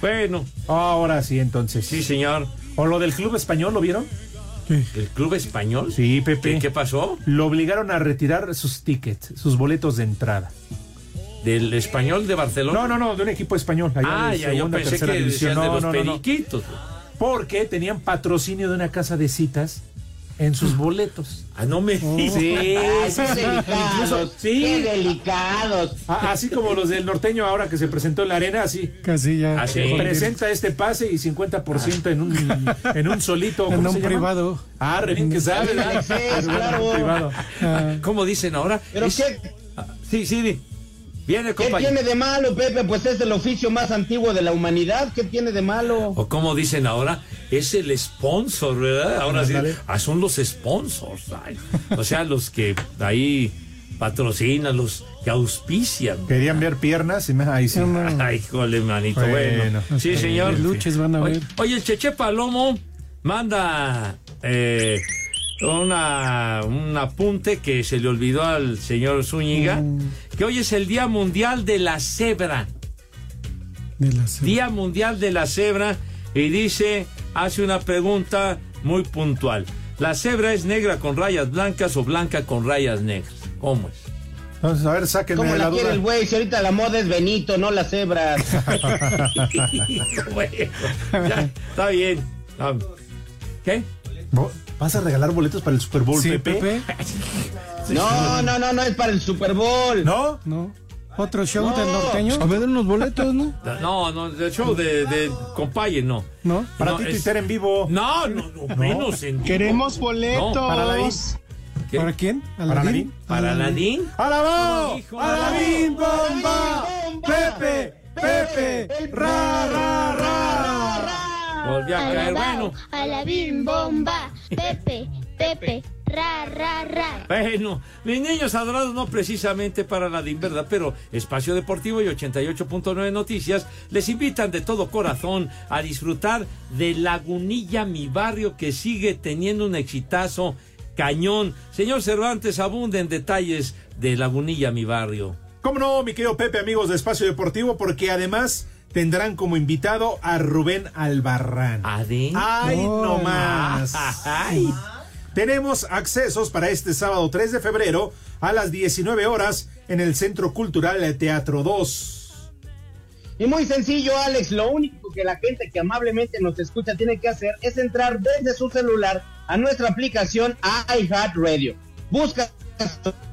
bueno.
Ahora sí, entonces. Sí,
señor.
¿O lo del club español lo vieron?
¿El club español?
Sí, Pepe.
¿Qué, qué pasó?
Lo obligaron a retirar sus tickets, sus boletos de entrada.
¿Del español de Barcelona?
No, no, no, de un equipo español. allá
Ah,
de
ya, yo
segunda,
pensé que
tercera división.
decías de
No,
los
no, no, no.
periquitos.
Porque tenían patrocinio de una casa de citas en sus boletos. Oh.
Ah, no me
Sí,
Ay,
sí,
qué
sí.
delicados,
[LAUGHS] Incluso-
qué
sí.
delicados.
A- Así como los del norteño ahora que se presentó en la arena, así.
Casi ya.
Ah,
Así presenta este pase y 50% en un, [LAUGHS] en un solito.
En
¿cómo
un
se llama?
privado.
Ah, re bien que sabe, ¿verdad?
Alexés,
En un
claro.
privado.
¿Cómo Ah, dicen ahora?
Pero
Es- Ah,
qué,
Sí, Siri. Viene,
¿Qué
compañero.
tiene de malo, Pepe? Pues es el oficio más antiguo de la humanidad. ¿Qué tiene de malo?
O como dicen ahora, es el sponsor, ¿verdad? Ahora sí,
Ándale.
ah, son los sponsors. ay. O sea, los que ahí patrocinan, los que auspician.
Querían ver piernas y me ahí sí.
[LAUGHS] Ay, jole, manito. Bueno, sí, señor.
Luches van a
Oye,
ver.
oye, el Cheche Palomo manda eh, una, un apunte que se le olvidó al señor Zúñiga,
Mm.
que hoy es el Día Mundial de la Cebra.
De la
Día Mundial de la Cebra y dice, hace una pregunta muy puntual. ¿La cebra es negra con rayas blancas o blanca con rayas negras? ¿Cómo es?
Entonces, a ver, sáquenme
¿Cómo
de
la
la
quiere
duda.
el güey? Si ahorita la moda es Benito, no las
[LAUGHS]
cebras.
Bueno, [LAUGHS] ya, está bien. Ah, ¿Qué?
Bo- ¿Vas a regalar boletos para el Super Bowl,
Sí,
Pepe?
Pepe.
No, no, no, no es para el Super Bowl.
¿No?
No. ¿Otro show
No.
del norteño?
A
ver, unos boletos, ¿no?
No, no, el show de, de Compaye, no.
¿No?
Para ti,
es-
Twitter en vivo.
No, no, no, menos en vivo.
Queremos
boletos.
¿Para Aladín?
¿Qué?
¿Para quién?
¿Para Aladín?
Ah.
¿Para Aladín?
¡Alabao!
Hijo,
¡Alabín bomba! ¡Pepe! ¡Pepe! ¡Ra, ra, ra!
Volví a caer. Bueno,
A la bim bomba, Pepe, Pepe, ra, ra, ra.
bueno. Mis niños adorados, no precisamente para Aladín, ¿verdad? Pero Espacio Deportivo y 88.9 Noticias les invitan de todo corazón a disfrutar de Lagunilla, mi barrio, que sigue teniendo un exitazo cañón. Señor Cervantes, abunden detalles de Lagunilla, mi barrio.
¿Cómo no, mi querido Pepe, amigos de Espacio Deportivo? Porque además tendrán como invitado a Rubén Albarrán. ¡Ay, no
Hola.
más!
Ay.
Tenemos accesos para este sábado 3 de febrero a las 19 horas en el Centro Cultural Teatro 2.
Y muy sencillo, Alex, lo único que la gente que amablemente nos escucha tiene que hacer es entrar desde su celular a nuestra aplicación iHeartRadio. Busca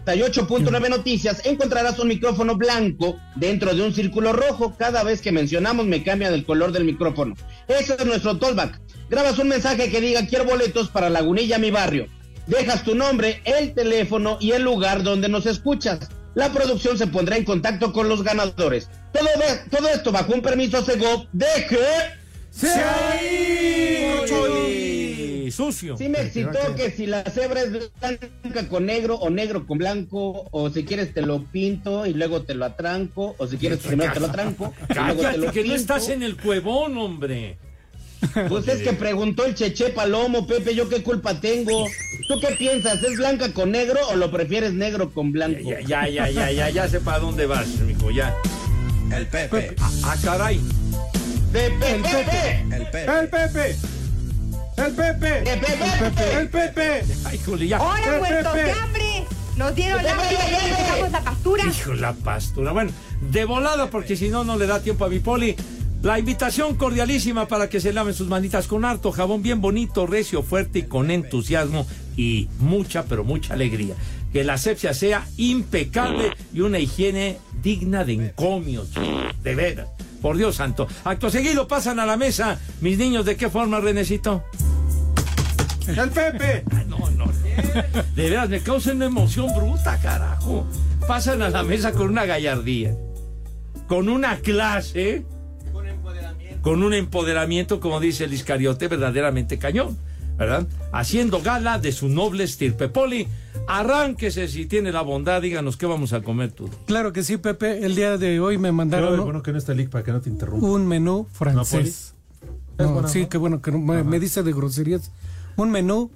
88.9 Noticias, encontrarás un micrófono blanco dentro de un círculo rojo. Cada vez que mencionamos me cambia del color del micrófono. Ese es nuestro tollback. Grabas un mensaje que diga quiero boletos para Lagunilla, mi barrio. Dejas tu nombre, el teléfono y el lugar donde nos escuchas. La producción se pondrá en contacto con los ganadores. Todo, va- todo esto bajo un permiso a Segov de que...
Y sucio.
Sí me excitó que si la cebra es blanca con negro o negro con blanco o si quieres te lo pinto y luego te lo atranco o si quieres primero te lo atranco y luego te
Cállate,
lo
que
pinto.
no estás en el cuevón, hombre.
[LAUGHS] Pues es que preguntó el Cheche Palomo, Pepe, ¿yo qué culpa tengo? ¿Tú qué piensas? ¿Es blanca con negro o lo prefieres negro con blanco?
Ya, ya, ya, ya, ya, ya sé para dónde vas, mijo, ya. El Pepe. Ah, ah, caray.
De Pepe.
El Pepe.
¡El Pepe! ¡El Pepe! ¡El
Pepe!
¡El Pepe!
Ay, jole, ya.
¡Hola,
El
muertos!
Pepe.
¡Qué hambre! Nos dieron hambre y ya dejamos la pastura.
Hijo, la pastura. Bueno, de volada, porque si no, no le da tiempo a mi poli. La invitación cordialísima para que se laven sus manitas con harto jabón bien bonito, recio, fuerte y con entusiasmo y mucha, pero mucha alegría. Que la asepsia sea impecable y una higiene digna de encomios, de veras. Por Dios santo. Acto seguido pasan a la mesa. Mis niños, ¿de qué forma, Renecito? Ah,
¡El Pepe!
no, no. De veras, me causa una emoción bruta, carajo. Pasan a la mesa con una gallardía, con una clase, con un empoderamiento, como dice el Iscariote, verdaderamente cañón, ¿verdad? Haciendo gala de su noble estirpe. Poli, arránquese si tiene la bondad, díganos qué vamos a comer tú.
Claro que sí, Pepe. El día de hoy me
Pero
mandaron
bueno que no está el link para que no te interrumpa.
un menú
pues,
francés.
¿Es
No,
buena,
sí,
no?
qué bueno que no- me, me dice de groserías. Un menú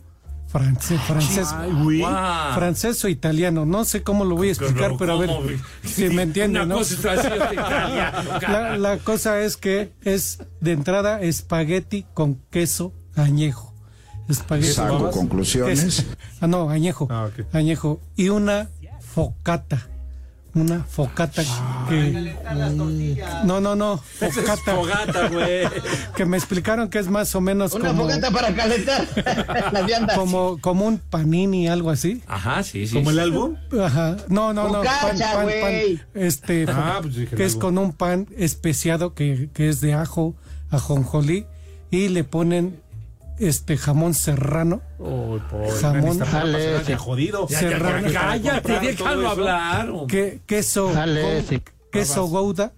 francés, francés,
Ay, güey.
Guau.
francés o italiano. No sé cómo lo voy a explicar, pero a ver
¿cómo?
[LAUGHS] si me entienden.
Una
¿no?
cosa es francés,
[LAUGHS]
otra italiano,
La,
carajo.
la cosa es que es de entrada espagueti con queso añejo. Espagueti
Saco
con-
conclusiones.
queso. [LAUGHS] Ah, no, añejo. Añejo. Y una focata. Una focata
Ah.
que. No, no, no.
[LAUGHS] Esa es
Focata.
fogata, güey.
[LAUGHS] que me explicaron que es más o menos
Una
como.
fogata para calentar [LAUGHS] las viandas.
Como, como un panini, algo así.
Ajá, sí, sí.
¿Como el
sí.
álbum?
Ajá. No, no, no.
Focaccia, güey.
Este,
Ah,
fo-
pues dije
que es
luego.
con un pan especiado que, que es de ajo, ajonjolí, y le ponen este jamón serrano.
Oh, pobre.
Jamón
Jale ese. Ya, ya,
serrano.
ya, cállate, déjalo hablar.
Que- queso.
Jale
go-
ese.
Queso gouda.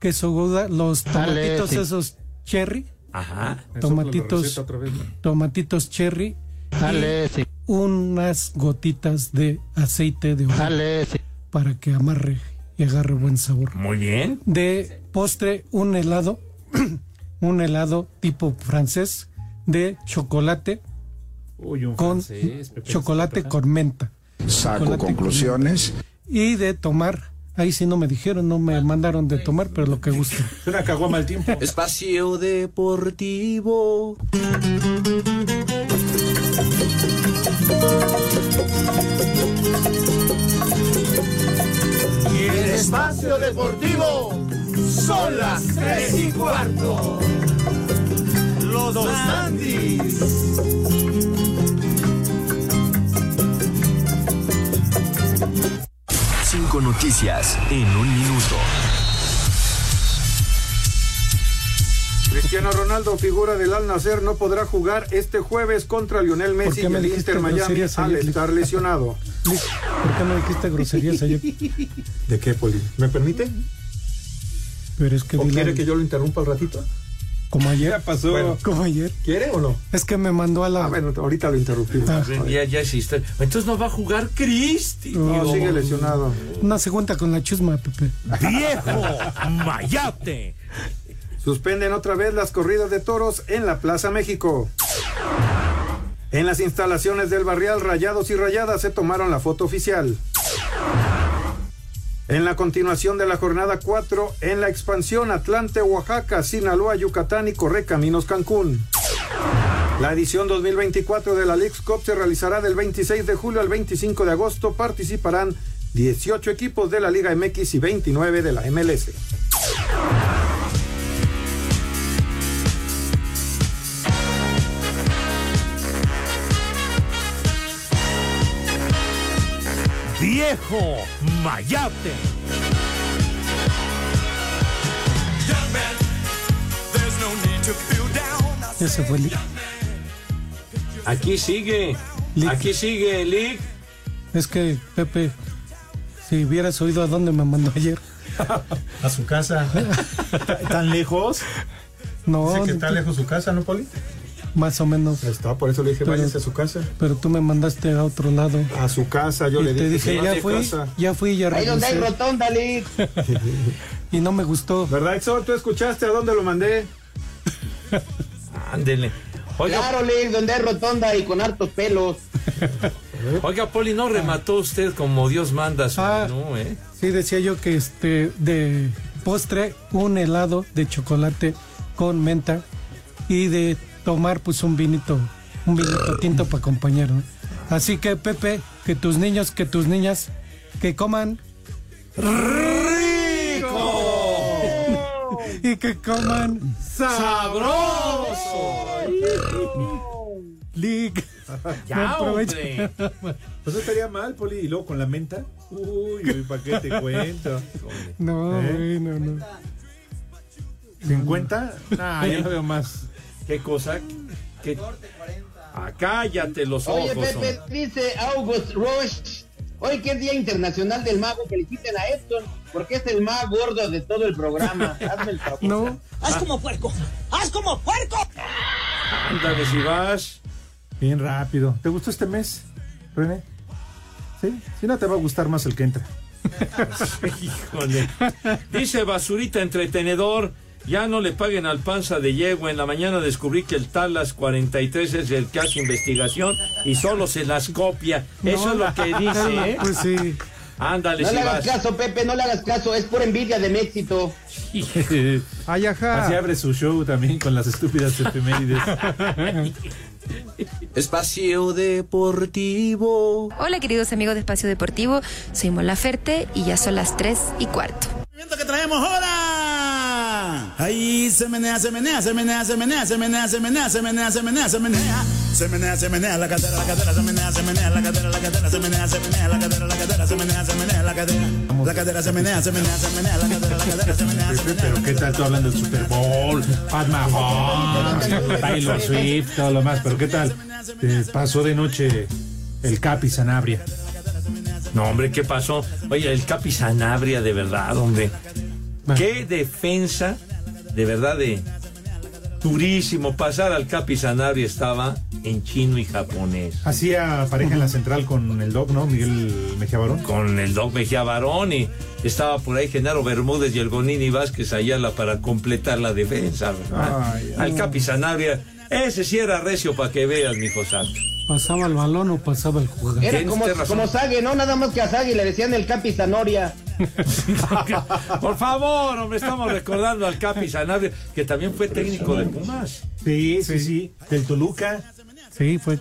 Queso gouda, los
Jale
tomatitos
ese.
esos cherry.
Ajá.
Tomatitos. Tomatitos cherry.
Jale
y
ese.
Unas gotitas de aceite de oliva. Para que amarre y agarre buen sabor.
Muy bien.
De postre, un helado, [CLEARS THROAT] un helado tipo francés de chocolate con
francés, Pepe,
chocolate
¿estás
con menta.
Saco
Chocolate con
conclusiones.
Y de tomar, ahí sí no me dijeron, no me mandaron de tomar, pero lo que gusta.
Una caguama al tiempo.
Espacio Deportivo.
Y en el espacio deportivo son las tres y cuarto. Los dos Andis.
Cinco noticias en un minuto. Cristiano Ronaldo, figura del Al Nacer, no podrá jugar este jueves contra Lionel Messi
qué
y
me
el
dijiste
Inter Miami
groserías
al
ayer, Lick?
estar lesionado.
¿Por qué [LAUGHS] no dijiste groserías ayer?
¿De qué, Poli? ¿Me permite?
Pero es que
¿O
di la-
quiere que yo lo interrumpa al ratito?
como ayer.
Ya pasó.
Bueno, como ayer.
¿Quiere o no?
Es que me mandó a la. Ah,
Ah, bueno, ahorita lo interrumpimos.
Ya, ya existe. Entonces no va a jugar Cristi.
No, sigue lesionado.
No se cuenta con la chusma, Pepe.
¡Viejo!
¡Mayate!
Suspenden otra vez las corridas de toros en la Plaza México. En las instalaciones del barrial, rayados y rayadas se tomaron la foto oficial. En la continuación de la jornada 4, en la expansión Atlante, Oaxaca, Sinaloa, Yucatán y Correcaminos, Cancún. La edición 2024 de la Leagues Cup se realizará del 26 de julio al 25 de agosto. Participarán 18 equipos de la Liga MX y 29 de la MLS.
¡Viejo! ¡Mayate!
Ese fue el-
Aquí sigue. Aquí sigue, Lick.
Es que, Pepe, si hubieras oído a dónde me mandó ayer.
A su
[LAUGHS]
casa. ¿Tan lejos?
No.
Dice que está lejos su casa, ¿no, Poli?
Más o menos.
Está, por eso le dije,
Pero-
váyase a su casa.
Pero tú me mandaste a otro lado.
A su casa, yo
Y
le
te
dije.
dije,
"Se va a
ya
su
fui,
casa".
ya fui, ya
Ahí donde hay
regresé.
rotonda, Lick.
[LAUGHS] Y no me gustó.
¿Verdad, Exor? ¿Tú escuchaste a dónde lo mandé?
Ándele. Oiga,
Claro, Lick, donde hay rotonda y [LAUGHS] con hartos pelos.
oiga, Poli, no remató usted como Dios manda su menú, ¿eh?
Sí, decía yo que este de postre un helado de chocolate con menta y de tomar pues un vinito, un vinito tinto para acompañar. ¿no? Así que Pepe, que tus niños, que tus niñas, que coman rico y que coman Lick.
Ya, hombre.
Pues
Pues no estaría mal, Poli. Y luego con la menta. Uy, uy, ¿para qué te cuento?
No,
¿Eh?
bueno, no.
¿50? Ah, ya no veo más.
¿Qué cosa? ¿Qué? Ah, cállate los
Oye,
ojos.
Pepe,
hombre.
dice August Roche, hoy que es Día Internacional del Mago, feliciten a Edson, porque es el más gordo de todo el
[LAUGHS]
programa. Hazme el favor.
No.
Ah.
Haz como puerco. Haz como puerco.
Ándale, si vas.
Bien rápido. ¿Te gustó este mes, René? ¿Sí? Si no, te va a gustar más el que entra.
Híjole. Dice Basurita Entretenedor, ya no le paguen al panza de yegua. En la mañana descubrí que el Talas 43 es el que hace investigación y solo se las copia. Eso es lo
[LAUGHS]
que
[LAUGHS]
dice, ¿eh?
Pues sí.
Ándale,
No
si
le hagas
vas.
caso, Pepe, no le hagas caso, es por envidia de mi éxito.
Ay, ajá. Así abre su show también con las estúpidas
[LAUGHS]
efemérides.
Espacio Deportivo.
Hola queridos amigos de Espacio Deportivo, soy Mola Ferte y ya son las 3 y cuarto.
movimiento que traemos ahora. Ahí se menea, se menea, se menea, se menea, se menea, se menea, se menea, se menea, se menea. Se menea, se menea la cadera, la cadera, se menea, se menea la cadera, la cadera, se menea, se menea la cadera, la cadera, se menea, se menea la cadera. La cadera se menea, se menea, se menea. La cadera, la cadera se menea.
Pepe, pero ¿qué tal tú hablando del Super Bowl? Pat Mahomes, Taylor Swift, todo lo más. Pero ¿qué tal? Te pasó de noche el Capi Sanabria.
No, hombre, ¿qué pasó? Oye, el Capi Sanabria, de verdad, hombre. Qué defensa, de verdad, de durísimo. Pasar al Capi Sanabria estaba en chino y japonés.
Hacía pareja en la central con el Doc, ¿no? Miguel Mejía Barón.
Con el Doc Mejía Barón y estaba por ahí Genaro Bermúdez y el Gonini Vázquez Ayala para completar la defensa, ¿verdad?
Ay,
al
no.
Capi Sanabria, ese sí era recio para que veas, mijo santo.
¿Pasaba el balón o pasaba el jugador?
Era como,
usted razón.
como Sague, ¿no? Nada más que a Sague le decían el Capi Zanoria.
Por favor, hombre, estamos recordando al Capi Sanabria, que también fue técnico de Pumas.
Sí, sí, sí. Del Toluca.
Sí, fue.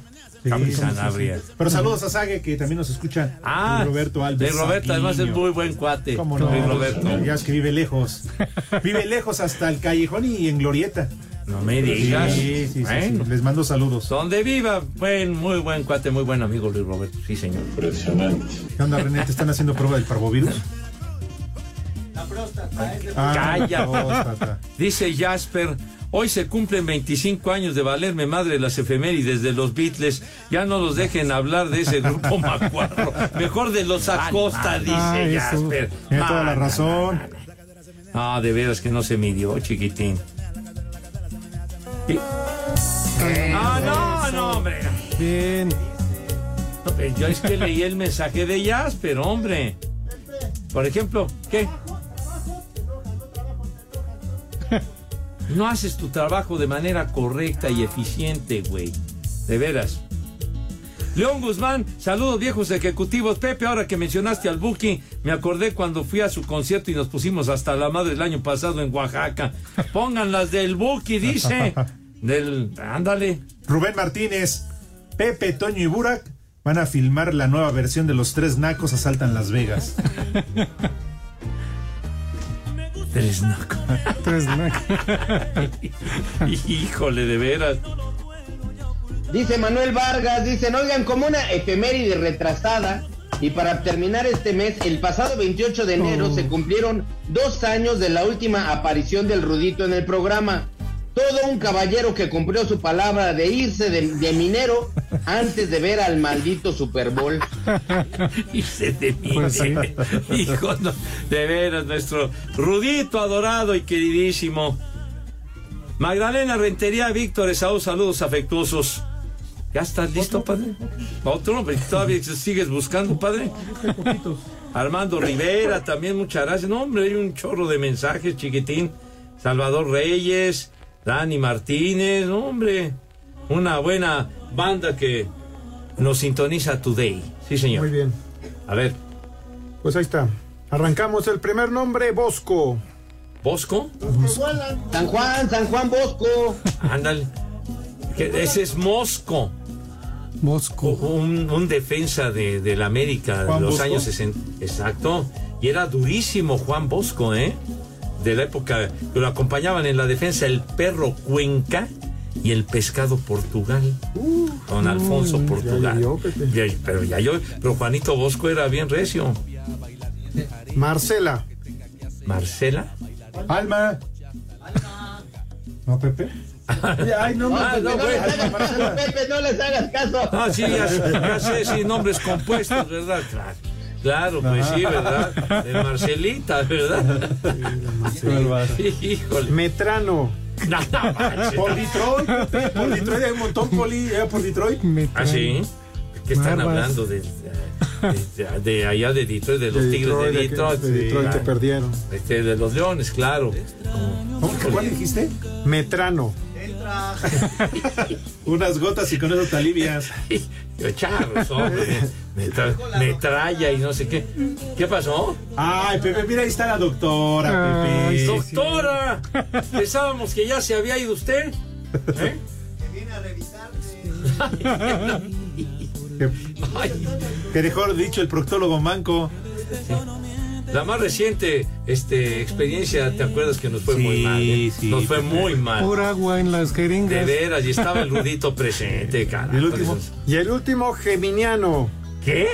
Capi Sanabria.
Pero saludos a Sague, que también nos escucha.
Ah,
Y Roberto Alves.
de Roberto, además es
Saguiño.
muy buen cuate.
¿Cómo
de
no?
Roberto.
Ya es que vive lejos.
[LAUGHS]
Vive lejos hasta el callejón y en Glorieta.
No me digas.
Sí, sí, sí,
Bueno.
sí. Les mando saludos.
Donde viva, buen, muy buen cuate, muy buen amigo Luis Roberto. Sí, señor.
Impresionante. ¿Qué onda, René? ¿Te están haciendo prueba del parvovirus? Ah,
Calla.
próstata.
Dice Jasper. Hoy se cumplen 25 años de valerme madre las efemérides de los Beatles. Ya no los dejen hablar de ese grupo [LAUGHS] macuarro. Mejor de los Acosta, dice
Ah, eso.
Jasper.
Tiene toda la
Man,
razón.
Ah, de veras que no se midió, chiquitín. Y- Ah, no, no, hombre.
Bien.
Yo es que leí el mensaje de Jasper, hombre. Por ejemplo, ¿qué? No haces tu trabajo de manera correcta y eficiente, güey. De veras. León Guzmán, saludos viejos ejecutivos. Pepe, ahora que mencionaste al Buki, me acordé cuando fui a su concierto y nos pusimos hasta la madre el año pasado en Oaxaca. Pongan las del Buki, dice. Del. Ándale.
Rubén Martínez, Pepe, Toño y Burak van a filmar la nueva versión de Los Tres Nacos Asaltan Las Vegas.
[LAUGHS]
[LAUGHS]
Tres Nacos.
Tres Nacos.
[LAUGHS] Híjole, de veras.
Dice Manuel Vargas, dicen, oigan, como una efeméride retrasada. Y para terminar este mes, el pasado 28 de enero se cumplieron dos años de la última aparición del Rudito en el programa. Todo un caballero que cumplió su palabra de irse de, de minero antes de ver al maldito Super Bowl.
[LAUGHS] Y se te mide. [LAUGHS] Hijo, no, de veras, nuestro Rudito adorado y queridísimo. Magdalena Rentería, Víctor Esaú, saludos afectuosos. ¿Ya estás listo, padre? Otro, hombre, todavía sigues buscando, padre. Armando Rivera, también muchas gracias. No, hombre, hay un chorro de mensajes, chiquitín. Salvador Reyes, Dani Martínez, no, hombre. Una buena banda que nos sintoniza today. Sí, señor.
Muy bien.
A ver,
Pues ahí está. Arrancamos el primer nombre, Bosco.
¿Bosco?
San Juan, San Juan Bosco.
Ándale. Que Ese es Mosco.
Mosco.
Un, un defensa de, del América de
Juan
los
Bosco.
años 60. Exacto. Y era durísimo Juan Bosco, ¿eh? De la época que lo acompañaban en la defensa el perro Cuenca y el pescado Portugal. Don
Mm,
Alfonso Portugal. Ya- pero ya yo, pero Juanito Bosco era bien recio.
Marcela.
Marcela.
Alma. ¿No, Pepe? Ay, no,
Ah,
no,
Pepe, no
güey.
les hagas caso, Pepe, no les hagas caso.
Ah, sí, ya, ya sé, sí, nombres compuestos, ¿verdad? Claro, claro, pues sí, ¿verdad? De Marcelita, ¿verdad? Híjole. [LAUGHS]
Metrano.
No, no manches.
Por Detroit. Por Detroit hay un montón, Poli. eh, por Detroit.
¿Ah, sí? ¿Qué están
Barbas.
hablando de, de- de allá de Detroit, de los
De
Tigres
Detroit,
de
de que-
Detroit?
de Detroit que
claro.
perdieron.
Este, de los Leones, claro.
¿Cuál dijiste?
Metrano.
Unas gotas y con eso te
[LAUGHS]
alivias.
Yo, charros,
[LAUGHS]
hombre. Me, tra- me traya y no sé qué. ¿Qué pasó?
Ay, Pepe, mira, ahí está la doctora, Pepe. [LAUGHS]
Doctora, pensábamos que ya se había ido usted. ¿Eh? Ay,
Que dejó dicho el proctólogo manco.
[LAUGHS] la más reciente este, experiencia, ¿te acuerdas que nos fue muy mal? eh? nos fue
pues,
muy mal.
Pura agua en las
De
jeringas.
veras, y
[LAUGHS]
estaba el rudito presente, cara.
Y el último, Geminiano.
¿Qué?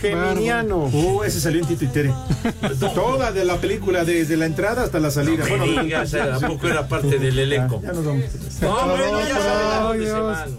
Geminiano.
Uh, ese salió en Tito y
[LAUGHS]
Tere. Toda de la película, desde la entrada hasta la salida.
No me digas, tampoco era parte del elenco.
Ya nos vamos.
No, bueno, ya
Por
saben a dónde se
Dios.
van.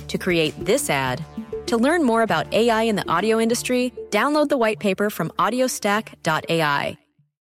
to create this ad. To learn more about AI in the audio industry, download the white paper from audiostack.ai